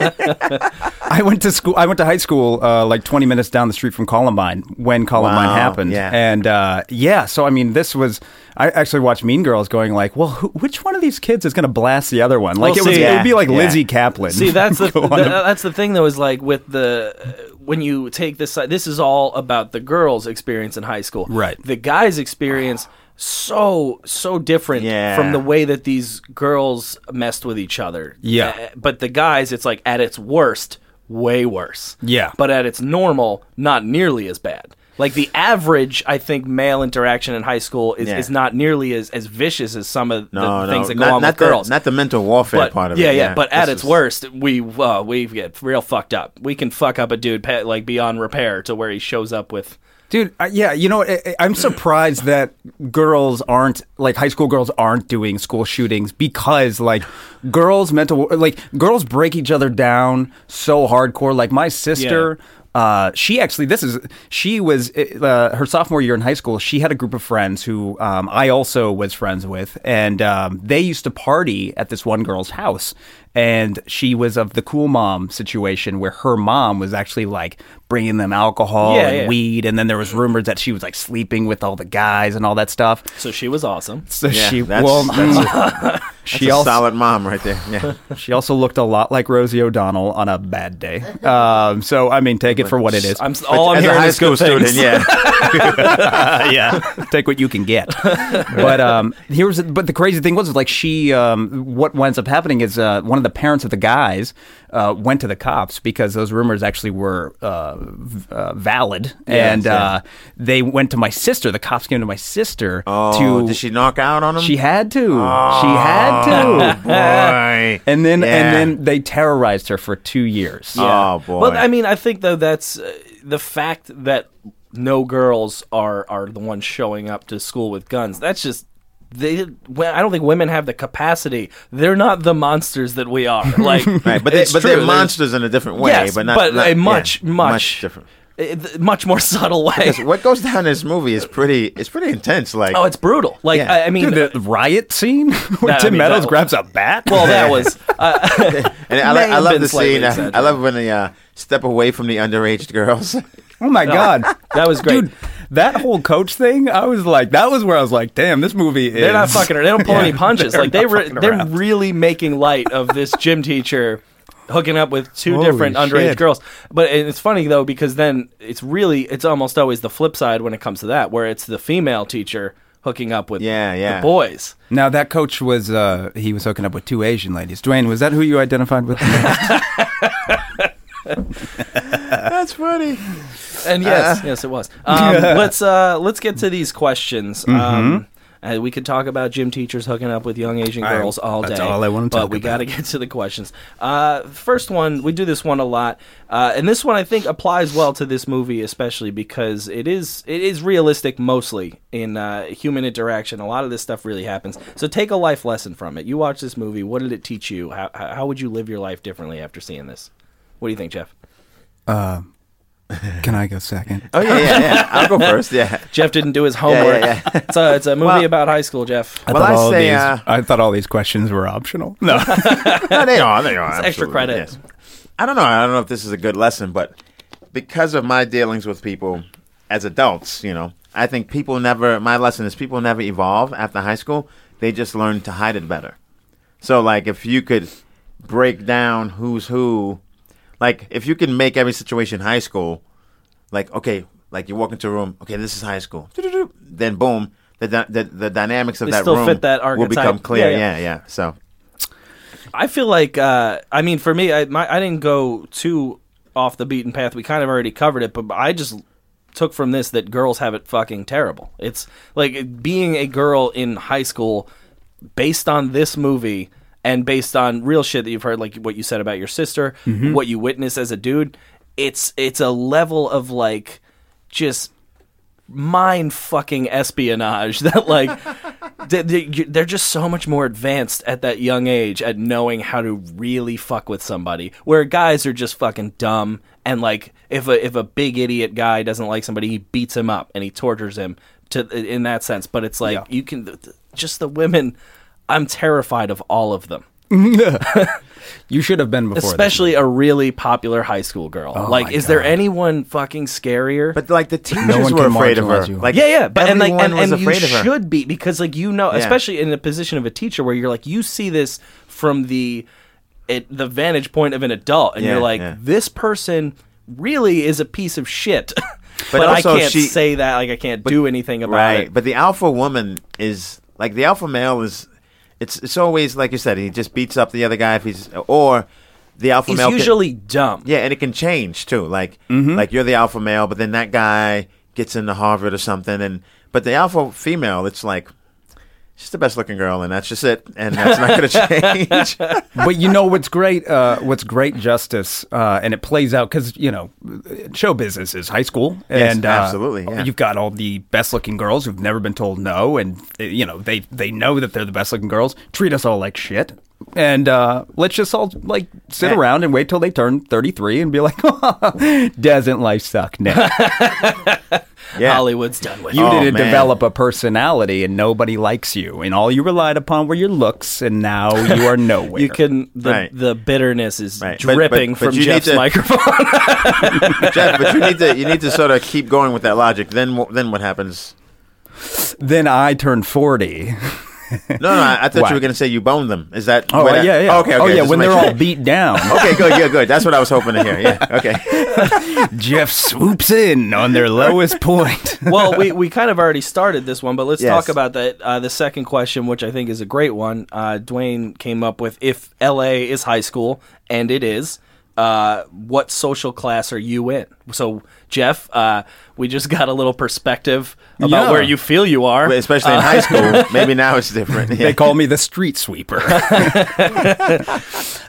Speaker 4: I went to school. I went to high school uh, like 20 minutes down the street from Columbine when Columbine
Speaker 3: Wow,
Speaker 4: happened.
Speaker 3: yeah.
Speaker 4: And uh, yeah, so I mean, this was. I actually watched Mean Girls, going like, "Well, who, which one of these kids is going to blast the other one?" Like
Speaker 2: Well,
Speaker 4: it was.
Speaker 2: see-
Speaker 4: it would be like
Speaker 3: Yeah, yeah.
Speaker 4: Lizzie Kaplan.
Speaker 2: See, that's the,
Speaker 4: Go on
Speaker 2: th-
Speaker 4: a-
Speaker 2: that's the thing though is like with the uh, when you take this side, this is all about the girls' experience in high school.
Speaker 4: Right.
Speaker 2: The guys' experience so so different
Speaker 3: Yeah.
Speaker 2: from the way that these girls messed with each other.
Speaker 4: Yeah.
Speaker 2: Uh, But the guys, it's like at its worst, way worse.
Speaker 4: Yeah.
Speaker 2: But at its normal, not nearly as bad. Like the average, I think male interaction in high school is,
Speaker 3: Yeah.
Speaker 2: is not nearly as, as vicious as some of the
Speaker 3: No, no,
Speaker 2: things that go
Speaker 3: not,
Speaker 2: on
Speaker 3: not
Speaker 2: with
Speaker 3: the,
Speaker 2: girls
Speaker 3: Not the mental warfare
Speaker 2: but,
Speaker 3: part of
Speaker 2: yeah,
Speaker 3: it.
Speaker 2: Yeah, But at
Speaker 3: This
Speaker 2: its
Speaker 3: is-
Speaker 2: worst, we uh, we get real fucked up. We can fuck up a dude pet, like beyond repair to where he shows up with.
Speaker 4: Dude, I, yeah, you know, I, I- I'm surprised that girls aren't like high school girls aren't doing school shootings because like girls mental like girls break each other down so hardcore. Like my sister, uh, she actually this is she was uh, her sophomore year in high school. She had a group of friends who um, I also was friends with, and um, they used to party at this one girl's house. And she was of the cool mom situation where her mom was actually like bringing them alcohol
Speaker 2: Yeah,
Speaker 4: and
Speaker 2: yeah.
Speaker 4: weed weed, and then there was rumors that she was like sleeping with all the guys and all that stuff.
Speaker 2: So she was awesome.
Speaker 4: So
Speaker 3: Yeah,
Speaker 4: she
Speaker 3: that's,
Speaker 4: well,
Speaker 3: that's, a,
Speaker 4: she
Speaker 3: that's a
Speaker 4: also
Speaker 3: solid mom right there. Yeah.
Speaker 4: she also looked a lot like Rosie O'Donnell on a bad day. Um, so I mean, take it for what it is.
Speaker 2: I'm s- all I'm
Speaker 3: As a
Speaker 2: hearing
Speaker 3: high
Speaker 2: is
Speaker 3: school
Speaker 2: good
Speaker 3: student,
Speaker 2: things.
Speaker 3: yeah.
Speaker 4: yeah, take what you can get. but um, here's but the crazy thing was like she um, what winds up happening is uh, one of the parents of the guys uh, went to the cops because those rumors actually were uh, v- uh, valid, and
Speaker 3: yeah.
Speaker 4: uh, they went to my sister. The cops came to my sister
Speaker 3: Oh,
Speaker 4: to
Speaker 3: did she knock out on him? Oh,
Speaker 4: She had to. she had that too.
Speaker 3: boy.
Speaker 4: And then
Speaker 3: Yeah.
Speaker 4: and then they terrorized her for two years.
Speaker 3: Oh, boy.
Speaker 2: Well, I mean, I think though that's uh, the fact that no girls are are the ones showing up to school with guns. That's just they. we- I don't think women have the capacity. They're not the monsters that we are. Like,
Speaker 3: Right, but they,
Speaker 2: it's
Speaker 3: but
Speaker 2: true.
Speaker 3: they're
Speaker 2: There's-
Speaker 3: monsters in a different way,
Speaker 2: Yes,
Speaker 3: but not,
Speaker 2: but
Speaker 3: not-
Speaker 2: a
Speaker 3: yeah,
Speaker 2: much, much
Speaker 3: different.
Speaker 2: uh, th- much more subtle way.
Speaker 3: Because what goes down in this movie is pretty. It's pretty intense. Like
Speaker 2: Oh, it's brutal. Like,
Speaker 3: Yeah.
Speaker 2: I, I mean.
Speaker 4: Dude, the riot scene where
Speaker 2: Nah, I
Speaker 4: Tim
Speaker 2: mean,
Speaker 4: Meadows
Speaker 2: that-
Speaker 4: grabs a bat.
Speaker 2: well, that was uh,
Speaker 3: and I,
Speaker 2: may
Speaker 3: like- I
Speaker 2: have
Speaker 3: love
Speaker 2: been
Speaker 3: the
Speaker 2: slightly
Speaker 3: scene. I, I
Speaker 2: exaggerated.
Speaker 3: love when they uh, step away from the underage girls.
Speaker 4: oh my god,
Speaker 2: that was great.
Speaker 4: dude. That whole coach thing, I was like, that was where I was like, damn, this movie is.
Speaker 2: They're not fucking. They don't pull any punches. Like they
Speaker 4: not
Speaker 2: re-
Speaker 4: fucking
Speaker 2: they're
Speaker 4: around.
Speaker 2: really making light of this gym teacher hooking up with two
Speaker 4: Holy
Speaker 2: different underage
Speaker 4: shit.
Speaker 2: girls. But and it's funny though because then it's really it's almost always the flip side when it comes to that, where it's the female teacher hooking up with
Speaker 3: Yeah, yeah.
Speaker 2: the boys.
Speaker 4: Now that coach was uh he was hooking up with two Asian ladies. Dwayne, was that who you identified with?
Speaker 3: That's funny.
Speaker 2: And
Speaker 4: Uh,
Speaker 2: yes, yes, it was. Um, let's uh, let's get to these questions.
Speaker 4: Mm-hmm.
Speaker 2: Um, uh, we could talk about gym teachers hooking up with young Asian
Speaker 4: I-
Speaker 2: girls all
Speaker 4: that's
Speaker 2: day.
Speaker 4: all I wanna
Speaker 2: But
Speaker 4: talk
Speaker 2: we
Speaker 4: about.
Speaker 2: got to get to the questions. Uh, first one, we do this one a lot, uh, and this one I think applies well to this movie, especially because it is it is realistic mostly in uh, human interaction. A lot of this stuff really happens. So take a life lesson from it. You watch this movie. What did it teach you? How how how would you live your life differently after seeing this? What do you think, Jeff?
Speaker 4: Can I go second?
Speaker 3: Oh yeah, yeah, yeah. I'll go first. Yeah.
Speaker 2: Jeff didn't do his homework.
Speaker 3: yeah.
Speaker 2: it's, a, it's a movie
Speaker 3: Well-
Speaker 2: about high school, Jeff.
Speaker 3: Well, I
Speaker 4: all
Speaker 3: say,
Speaker 4: these,
Speaker 3: uh,
Speaker 4: I thought all these questions were optional. No,
Speaker 3: no, they are. They are.
Speaker 2: extra
Speaker 3: absolutely,
Speaker 2: credit.
Speaker 3: I don't know. I don't know if this is a good lesson, but because of my dealings with people as adults, you know, I think people never. My lesson is people never evolve after high school. They just learn to hide it better. So, like, if you could break down who's who, like, if you can make every situation high school, like, okay, like you walk into a room, okay, this is high school, then boom, the dy- the, the dynamics of
Speaker 2: They
Speaker 3: that
Speaker 2: still
Speaker 3: room
Speaker 2: fit that
Speaker 3: will
Speaker 2: archetype.
Speaker 3: become clear.
Speaker 2: Yeah,
Speaker 3: Yeah,
Speaker 2: yeah.
Speaker 3: yeah. So,
Speaker 2: I feel like, uh, I mean, for me, I, my, I didn't go too off the beaten path. We kind of already covered it, but I just took from this that girls have it fucking terrible. It's like being a girl in high school based on this movie and based on real shit that you've heard, like what you said about your sister,
Speaker 3: Mm-hmm.
Speaker 2: what you witnessed as a dude. It's it's a level of like just mind fucking espionage that like they- they- you- they're just so much more advanced at that young age at knowing how to really fuck with somebody where guys are just fucking dumb and like if a if a big idiot guy doesn't like somebody he beats him up and he tortures him to in that sense but it's like you can th- th- just the women I'm terrified of all of them
Speaker 4: you should have been before.
Speaker 2: especially a really popular high school girl like
Speaker 4: Oh my
Speaker 2: is there
Speaker 4: God.
Speaker 2: anyone fucking scarier
Speaker 3: but like the teachers
Speaker 4: one
Speaker 3: were
Speaker 4: can
Speaker 3: afraid of her.
Speaker 4: marginalize you.
Speaker 3: Like,
Speaker 2: yeah, yeah, but and like
Speaker 3: everyone
Speaker 2: and,
Speaker 3: was
Speaker 2: and you
Speaker 3: afraid of her.
Speaker 2: should be because like you know, especially in the position of a teacher where you're like you see this from the it, the vantage point of an adult, and
Speaker 3: Yeah,
Speaker 2: you're like
Speaker 3: yeah.
Speaker 2: this person really is a piece of shit, but,
Speaker 3: also
Speaker 2: I can't
Speaker 3: she-
Speaker 2: say that like I can't do anything about
Speaker 3: right
Speaker 2: it.
Speaker 3: but the alpha woman is like the alpha male is it's it's always like you said he just beats up the other guy if he's or the alpha
Speaker 2: He's
Speaker 3: male can-
Speaker 2: usually dumb.
Speaker 3: yeah and it can change too like
Speaker 4: Mm-hmm.
Speaker 3: like you're the alpha male but then that guy gets into harvard or something and but the alpha female it's like she's the best looking girl and that's just it and that's not going to change
Speaker 4: but you know what's great? Uh, what's great justice, uh, and it plays out because you know, show business is high school,
Speaker 3: Yes,
Speaker 4: and uh,
Speaker 3: absolutely, yeah.
Speaker 4: you've got all the best-looking girls who've never been told no, and uh, you know they they know that they're the best-looking girls. Treat us all like shit, and uh, let's just all like sit
Speaker 3: Yeah.
Speaker 4: around and wait till they turn thirty-three and be like, doesn't life suck now?
Speaker 3: yeah
Speaker 2: Hollywood's done with.
Speaker 4: You
Speaker 2: it.
Speaker 3: Oh,
Speaker 4: didn't
Speaker 3: man.
Speaker 4: develop a personality, and nobody likes you, and all you relied upon were your looks, and now you are nowhere.
Speaker 2: You can the,
Speaker 3: Right.
Speaker 2: the bitterness is
Speaker 3: Right. But- but-
Speaker 2: dripping
Speaker 3: but you
Speaker 2: from
Speaker 3: need
Speaker 2: Jeff's
Speaker 3: to-
Speaker 2: microphone.
Speaker 3: Jeff, but you need to you need to sort of keep going with that logic then wh- then what happens
Speaker 4: then I turned forty.
Speaker 3: no no i, I thought
Speaker 4: Why?
Speaker 3: you were going to say you boned them is that
Speaker 4: Oh
Speaker 3: where
Speaker 4: uh,
Speaker 3: that-
Speaker 4: yeah, yeah.
Speaker 3: okay okay
Speaker 4: oh yeah,
Speaker 3: just
Speaker 4: when
Speaker 3: make
Speaker 4: they're
Speaker 3: sure.
Speaker 4: all beat down,
Speaker 3: Okay, good, good, good. That's what I was hoping to hear. Yeah. Okay.
Speaker 4: Jeff swoops in on their lowest point.
Speaker 2: well, we, we kind of already started this one, but let's
Speaker 3: Yes.
Speaker 2: talk about that. Uh, the second question, which I think is a great one, uh, Dwayne came up with: If LA is high school, and it is, uh, what social class are you in? So, Jeff, uh, we just got a little perspective about
Speaker 4: Yeah.
Speaker 2: where you feel you are.
Speaker 3: especially in high school. Maybe now it's different. Yeah.
Speaker 4: They call me the street sweeper.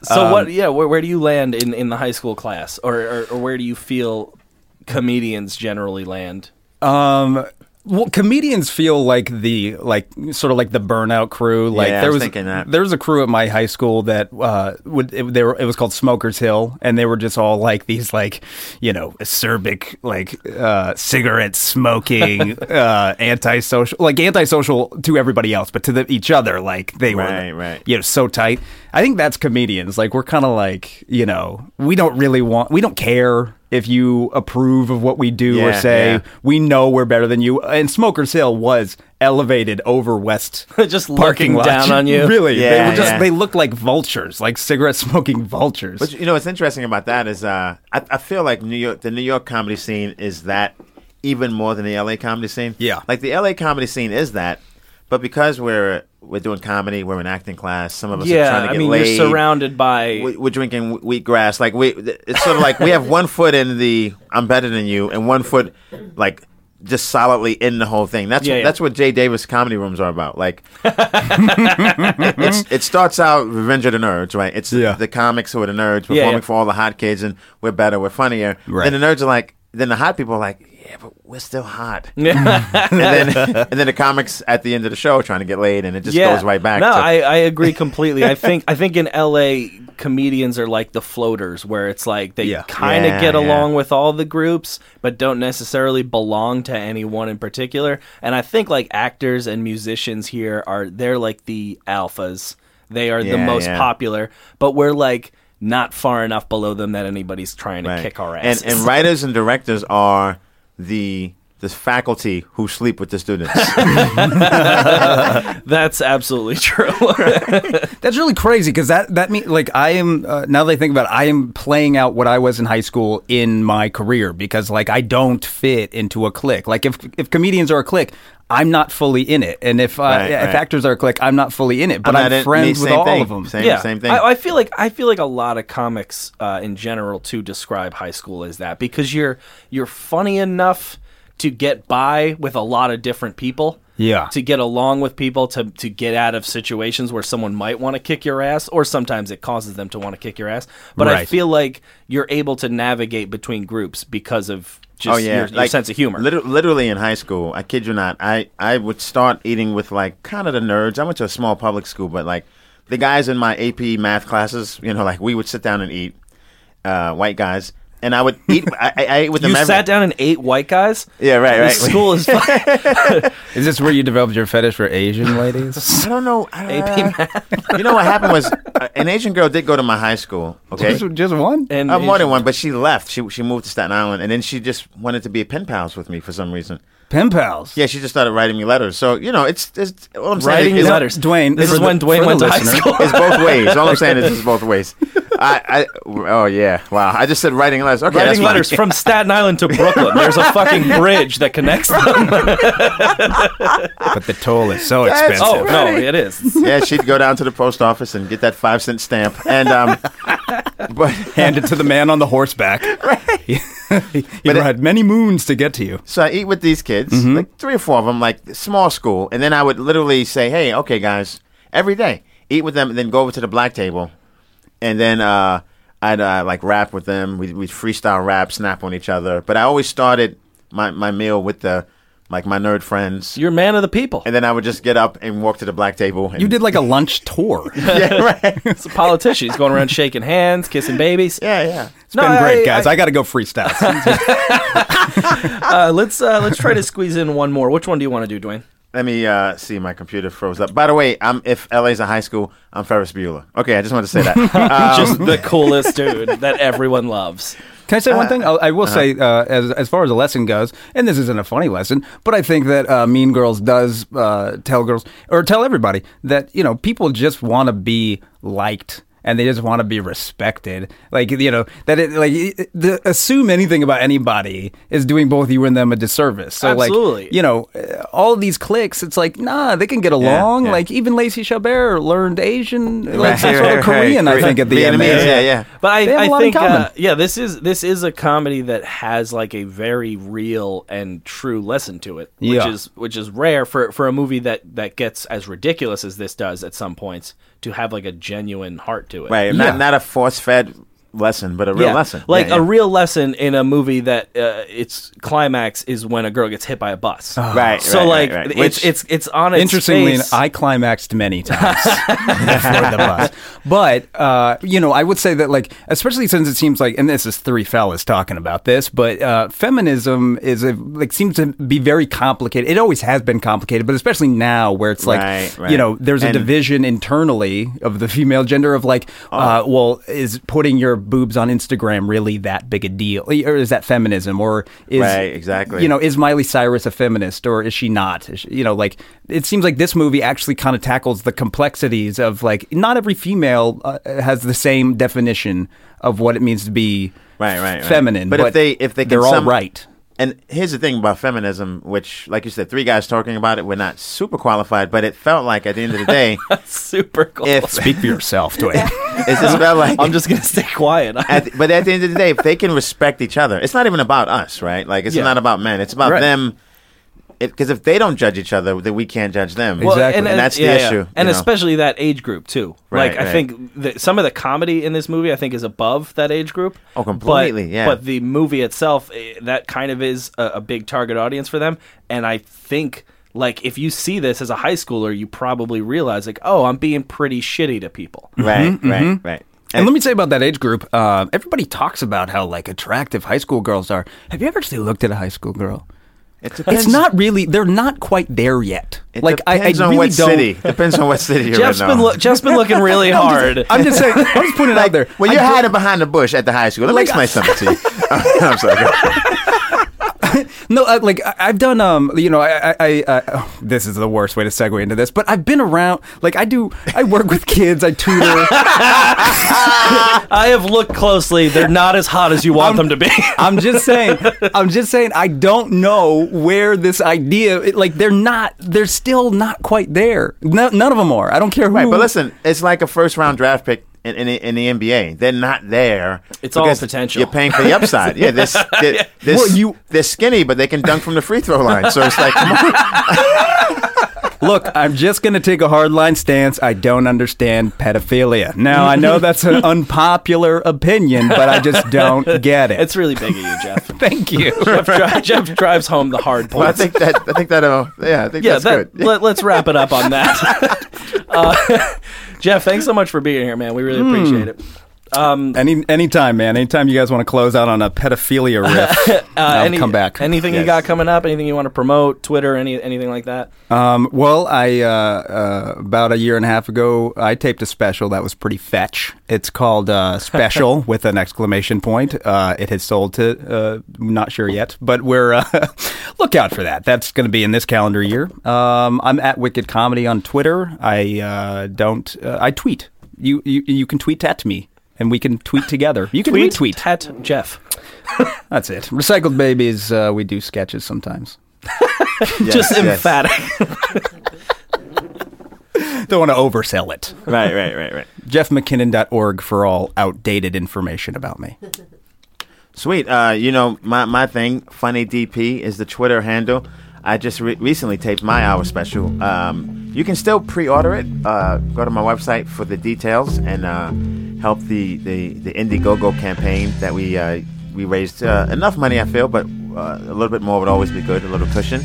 Speaker 2: So,
Speaker 3: um,
Speaker 2: what? Yeah, where, where do you land in, in the high school class, or, or, or where do you feel comedians generally land?
Speaker 4: Um, well, comedians feel like the like sort of like the burnout crew. Like
Speaker 3: Yeah, I
Speaker 4: there
Speaker 3: was
Speaker 4: was
Speaker 3: thinking that.
Speaker 4: there was a crew at my high school that uh, would it, they were it was called Smokers Hill, and they were just all like these like you know acerbic like uh, cigarette smoking uh, antisocial like antisocial to everybody else, but to the, each other like they
Speaker 3: Right,
Speaker 4: were
Speaker 3: right.
Speaker 4: you know so tight. I think that's comedians. Like we're kind of like you know we don't really want we don't care if you approve of what we do or
Speaker 3: Yeah,
Speaker 4: say
Speaker 3: yeah.
Speaker 4: we know we're better than you. And Smoker's Hill was elevated over West.
Speaker 2: Just looking
Speaker 4: parking lot.
Speaker 2: down on you.
Speaker 4: Really?
Speaker 3: Yeah,
Speaker 4: they were just
Speaker 3: yeah.
Speaker 4: they looked like vultures, like cigarette smoking vultures.
Speaker 3: But you know what's interesting about that is uh, I, I feel like New York, the New York comedy scene is that even more than the LA comedy scene.
Speaker 4: Yeah.
Speaker 3: like the LA comedy scene is that, but because we're we're doing comedy, we're in acting class. Some of us are
Speaker 2: Yeah,
Speaker 3: trying to
Speaker 2: I
Speaker 3: get
Speaker 2: mean,
Speaker 3: laid.
Speaker 2: you're surrounded by.
Speaker 3: we, we're drinking wheat grass. Like we, it's sort of like we have one foot in the I'm better than you, and one foot like just solidly in the whole thing. That's
Speaker 2: Yeah, yeah.
Speaker 3: that's what Jay Davis comedy rooms are about. Like it's, it starts out Revenge of the Nerds, right? It's
Speaker 4: Yeah.
Speaker 3: the comics who are the nerds
Speaker 2: Yeah,
Speaker 3: performing
Speaker 2: yeah.
Speaker 3: for all the hot kids, and we're better, we're funnier.
Speaker 4: Right.
Speaker 3: Then the nerds are like, then the hot people are like, yeah, but we're still hot. and then and then the comics at the end of the show are trying to get laid, and it just goes right back.
Speaker 2: No,
Speaker 3: to,
Speaker 2: I, I agree completely. I think I think in LA comedians are like the floaters where it's like they
Speaker 4: Yeah.
Speaker 2: kind of
Speaker 3: Yeah,
Speaker 2: get
Speaker 3: yeah.
Speaker 2: along with all the groups but don't necessarily belong to anyone in particular. And I think like actors and musicians here are they're like the alphas. They are the
Speaker 3: Yeah,
Speaker 2: most
Speaker 3: yeah.
Speaker 2: popular, but we're like not far enough below them that anybody's trying to
Speaker 3: Right.
Speaker 2: kick our
Speaker 3: And,
Speaker 2: asses.
Speaker 3: and writers and directors are the the faculty who sleep with the students.
Speaker 2: That's absolutely true.
Speaker 4: That's really crazy because that that mean like I am uh, now that I think about it, I am playing out what I was in high school in my career because like I don't fit into a clique. Like if if comedians are a clique, I'm not fully in it, and if uh,
Speaker 3: Right,
Speaker 4: if
Speaker 3: right.
Speaker 4: actors are a clique, I'm not fully in it. But
Speaker 3: not
Speaker 4: I'm,
Speaker 3: in- me,
Speaker 4: friends with
Speaker 3: same
Speaker 4: all
Speaker 3: thing,
Speaker 4: of them.
Speaker 3: Same, same thing.
Speaker 2: I, I feel like I feel like a lot of comics uh, in general too describe high school as that because you're you're funny enough to get by with a lot of different people.
Speaker 4: Yeah.
Speaker 2: To get along with people, to to get out of situations where someone might want to kick your ass, or sometimes it causes them to want to kick your ass. But I
Speaker 4: Right.
Speaker 2: feel like you're able to navigate between groups because of just
Speaker 3: oh
Speaker 2: your,
Speaker 3: yeah,
Speaker 2: your sense of humor.
Speaker 3: liter- literally in high school, I kid you not, I I would start eating with like kind of the nerds. I went to a small public school, but like the guys in my AP math classes, you know, like we would sit down and eat, uh, white guys, and I would eat. I, I, I ate with
Speaker 2: you
Speaker 3: them. every-
Speaker 2: sat down and ate white guys.
Speaker 3: Yeah, right,
Speaker 2: This
Speaker 3: right.
Speaker 2: school is fucking
Speaker 4: Is this where you developed your fetish for Asian ladies?
Speaker 3: I don't know. I don't- You know what happened was uh, an Asian girl did go to my high school. Okay,
Speaker 4: just, just one.
Speaker 2: and
Speaker 3: Uh, more than one, but she left. She she moved to Staten Island, and then she just wanted to be a pen pals with me for some reason.
Speaker 4: Pen pals.
Speaker 3: Yeah, she just started writing me letters. So you know, it's it's all I'm saying.
Speaker 2: writing
Speaker 3: is,
Speaker 2: letters.
Speaker 4: Dwayne,
Speaker 2: this
Speaker 4: for
Speaker 2: is
Speaker 4: the-
Speaker 2: when Dwayne
Speaker 4: for
Speaker 2: went
Speaker 4: the
Speaker 2: to high
Speaker 4: listener.
Speaker 2: school.
Speaker 3: It's both ways. All I'm saying is it's both ways. I, I oh yeah wow. I just said writing letters. Okay, that's
Speaker 2: writing
Speaker 3: fine.
Speaker 2: letters from Staten Island to Brooklyn. There's a fucking bridge that connects them.
Speaker 4: But the toll is so
Speaker 3: That's
Speaker 2: oh
Speaker 4: expensive.
Speaker 2: no, it is.
Speaker 3: Yeah, she'd go down to the post office and get that five cent stamp, and um, but.
Speaker 4: hand it to the man on the horseback. he he
Speaker 3: But it-
Speaker 4: had many moons to get to you.
Speaker 3: So I eat with these kids,
Speaker 4: Mm-hmm.
Speaker 3: like three or four of them, like small school, and then I would literally say, "Hey, okay, guys, every day eat with them, and then go over to the black table, and then uh, I'd uh, like rap with them. We'd, we'd freestyle rap, snap on each other. But I always started my, my meal with the like my nerd friends,
Speaker 2: You're man of the people.
Speaker 3: and then I would just get up and walk to the black table. And,
Speaker 4: You did like a lunch tour. It's
Speaker 3: yeah, right, yeah,
Speaker 2: It's a politician. He's going around shaking hands, kissing babies.
Speaker 3: yeah.
Speaker 2: No,
Speaker 4: been
Speaker 2: I-
Speaker 4: great, guys. I, got to go freestyle.
Speaker 2: Uh, let's uh, let's try to squeeze in one more. Which one do you want to do, Dwayne?
Speaker 3: Let me uh, see. My computer froze up. By the way, I'm if LA's a high school, I'm Ferris Bueller. Okay, I just wanted to say that. Um,
Speaker 2: Just the coolest dude that everyone loves.
Speaker 4: Can I say one thing? I'll, I
Speaker 3: uh-huh.
Speaker 4: will say, uh, as as far as a lesson goes, and this isn't a funny lesson, but I think that uh, Mean Girls does uh, tell girls or tell everybody that you know people just want to be liked. and they just want to be respected. Like you know that it, like it- the, assume anything about anybody is doing both you and them a disservice. So
Speaker 2: Absolutely.
Speaker 4: like you know uh, all these cliques, it's like nah, they can get along.
Speaker 3: yeah.
Speaker 4: Like even Lacey Chabert learned Asian, like
Speaker 3: Right,
Speaker 4: some sort of
Speaker 3: right, right.
Speaker 4: Korean, I think at the end.
Speaker 3: Vietnamese,
Speaker 4: there.
Speaker 3: yeah, yeah.
Speaker 2: But I,
Speaker 4: They have a
Speaker 2: I
Speaker 4: lot in
Speaker 2: think
Speaker 4: common.
Speaker 2: uh, yeah, this is this is a comedy that has like a very real and true lesson to it, which
Speaker 4: Yeah.
Speaker 2: is which is rare for for a movie that that gets as ridiculous as this does at some points to have like a genuine heart to it.
Speaker 3: Right.
Speaker 4: Yeah.
Speaker 3: Not not a force fed lesson, but a real
Speaker 2: Yeah.
Speaker 3: lesson.
Speaker 2: Like
Speaker 3: Yeah,
Speaker 2: a
Speaker 3: yeah.
Speaker 2: real lesson in a movie that uh, its climax is when a girl gets hit by a bus.
Speaker 3: Right.
Speaker 2: So
Speaker 3: right,
Speaker 2: like
Speaker 3: right, right.
Speaker 2: it's
Speaker 3: Which-
Speaker 2: it's it's on its
Speaker 4: Ah. Interestingly,
Speaker 2: face.
Speaker 4: I climaxed many times before the bus. But uh, you know, I would say that like, especially since it seems like, and this is three fellas talking about this, but uh, feminism is a, like seems to be very complicated. It always has been complicated, but especially now where it's like,
Speaker 3: Right, right.
Speaker 4: you know, there's a
Speaker 3: And-
Speaker 4: division internally of the female gender of like,
Speaker 3: Oh.
Speaker 4: uh, well, is putting your boobs on Instagram really that big a deal, or is that feminism, or is
Speaker 3: Right, exactly.
Speaker 4: you know is Miley Cyrus a feminist or is she not? Is she- you know, like it seems like this movie actually kind of tackles the complexities of like not every female uh, has the same definition of what it means to be
Speaker 3: Right, right, right.
Speaker 4: feminine.
Speaker 3: But if they- if they can
Speaker 4: they're all
Speaker 3: sum-
Speaker 4: right.
Speaker 3: And here's the thing about feminism, which, like you said, three guys talking about it, we're not super qualified, but it felt like at the end of the day,
Speaker 2: super cool.
Speaker 3: if
Speaker 4: Speak for yourself, Dwayne.
Speaker 3: it's just felt like,
Speaker 2: I'm just gonna stay quiet.
Speaker 3: at the- but at the end of the day, if they can respect each other, it's not even about us, right? Like it's
Speaker 2: Yeah.
Speaker 3: not about men; it's about
Speaker 4: Right.
Speaker 3: them. Because if they don't judge each other, then we can't judge them.
Speaker 4: Well, Exactly.
Speaker 3: and, that's the
Speaker 2: yeah, yeah.
Speaker 3: issue. you
Speaker 2: and
Speaker 3: know?
Speaker 2: especially that age group too.
Speaker 3: Right,
Speaker 2: like I
Speaker 3: right.
Speaker 2: think the, some of the comedy in this movie, I think, is above that age group.
Speaker 3: Oh, completely,
Speaker 2: But,
Speaker 3: yeah.
Speaker 2: But the movie itself, eh, that kind of is a, a big target audience for them. And I think, like, if you see this as a high schooler, you probably realize, like, oh, I'm being pretty shitty to people.
Speaker 3: right, right, right.
Speaker 4: Mm-hmm. And let me say about that age group. Uh, everybody talks about how like attractive high school girls are. Have you ever actually looked at a high school girl?
Speaker 3: It
Speaker 4: It's
Speaker 3: depends-
Speaker 4: not really. They're not quite there yet.
Speaker 3: It
Speaker 4: like I, I
Speaker 3: depends on
Speaker 4: really
Speaker 3: what
Speaker 4: don't.
Speaker 3: city. Depends on what city you're
Speaker 2: Jeff's
Speaker 3: in.
Speaker 2: been
Speaker 3: though.
Speaker 2: loo- Jeff's been looking really hard.
Speaker 4: I'm just saying. I'm just putting it out there.
Speaker 3: Well,
Speaker 4: I
Speaker 3: you're
Speaker 4: don't-
Speaker 3: hiding behind the bush at the high school. Let me
Speaker 4: Like,
Speaker 3: explain something to you. I'm sorry. go ahead.
Speaker 4: No, I, like I- I've done. Um, you know, I, I, I uh, oh, this is the worst way to segue into this, but I've been around. Like I do, I work with kids. I tutor.
Speaker 2: I have looked closely. They're not as hot as you want them to be.
Speaker 4: I'm just saying. I'm just saying. I don't know where this idea. it- like they're not. They're still not quite there. No, none of them are. I don't care who.
Speaker 3: Right, but listen, it's like a first round draft pick in, in, in the NBA. They're not there.
Speaker 2: It's all
Speaker 3: because
Speaker 2: potential.
Speaker 3: You're paying for the upside. yeah, this, this, this,
Speaker 4: Well, you-
Speaker 3: they're skinny, but they can dunk from the free throw line. So it's like, come on.
Speaker 4: Look, I'm just going to take a hard line stance. I don't understand pedophilia. Now, I know that's an unpopular opinion, but I just don't get it.
Speaker 2: It's really big of you, Jeff.
Speaker 4: Thank you.
Speaker 2: Jeff, dri- Jeff drives home the hard points.
Speaker 3: Well, I think that I think that uh, yeah, I think
Speaker 2: yeah,
Speaker 3: that's
Speaker 2: that,
Speaker 3: good.
Speaker 2: Let, us wrap it up on that. uh, Jeff, thanks so much for being here, man. We really
Speaker 3: Hmm.
Speaker 2: appreciate it.
Speaker 4: Any anytime, man. Anytime you guys want to close out on a pedophilia riff, I'll
Speaker 2: Any-
Speaker 4: come back.
Speaker 2: Anything you
Speaker 3: Yes.
Speaker 2: got coming up? Anything you want to promote? Twitter? Any anything like that?
Speaker 4: um, well, I uh, uh, about a year and a half ago, I taped a special that was pretty fetch. It's called uh, "Special" with an exclamation point. Uh, it has sold to uh, not sure yet, but we're uh, look out for that. That's going to be in this calendar year. Um, I'm at Wicked Comedy on Twitter. I uh, don't. Uh, I tweet. You, you you can tweet at me, and we can tweet together. You can retweet.
Speaker 2: at Jeff.
Speaker 4: That's it. Recycled babies. Uh, we do sketches sometimes.
Speaker 3: Yes,
Speaker 2: Just
Speaker 3: yes.
Speaker 2: emphatic.
Speaker 4: Don't want to oversell it.
Speaker 3: Right, right, right, right.
Speaker 4: JeffMcKinnon.org for all outdated information about me.
Speaker 3: Sweet. Uh, you know, my, my thing, Funny DP, is the Twitter handle. I just re- recently taped my hour special. Um, you can still pre-order it. Uh, go to my website for the details and uh, help the, the, the Indiegogo campaign that we uh, we raised uh, enough money, I feel, but uh, a little bit more would always be good, a little cushion.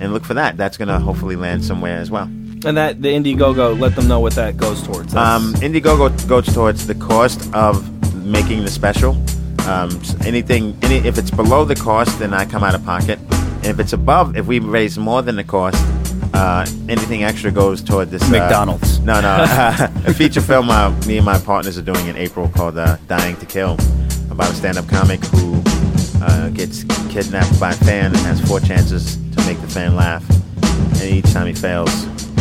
Speaker 3: And look for that. That's going to hopefully land somewhere as well.
Speaker 2: And that the Indiegogo. Let them know what that goes towards. That's-
Speaker 3: Um, Indiegogo goes towards the cost of making the special. Um, s- anything, any, if it's below the cost, then I come out of pocket. And if it's above, if we raise more than the cost, uh, anything extra goes toward this. uh,
Speaker 4: McDonald's.
Speaker 3: no, no, a feature film uh, me and my partners are doing in April called uh, "Dying to Kill," about a stand-up comic who uh, gets kidnapped by a fan and has four chances to make the fan laugh, and each time he fails,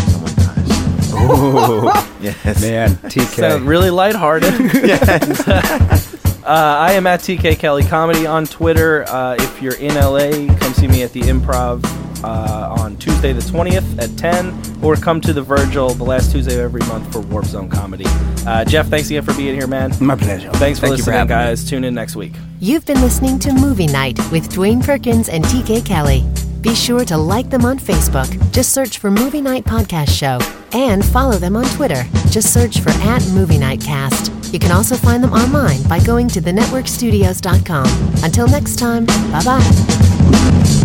Speaker 3: someone dies. Yes.
Speaker 4: Man, TK.
Speaker 2: Sound really lighthearted. uh, I am at TK Kelly Comedy on Twitter. Uh, if you're in LA, come see me at the Improv uh, on Tuesday the 20th at 10, or come to the Virgil the last Tuesday of every month for Warp Zone Comedy. Uh, Jeff, thanks again for being here, man.
Speaker 4: My pleasure.
Speaker 2: Thanks for
Speaker 4: Thank you for
Speaker 2: listening,
Speaker 4: having me.
Speaker 2: guys. Tune in next week.
Speaker 1: You've been listening to Movie Night with Dwayne Perkins and TK Kelly. Be sure to like them on Facebook. Just search for Movie Night Podcast Show and follow them on Twitter. Just search for at Movie Night Cast. You can also find them online by going to thenetworkstudios.com. Until next time, bye bye.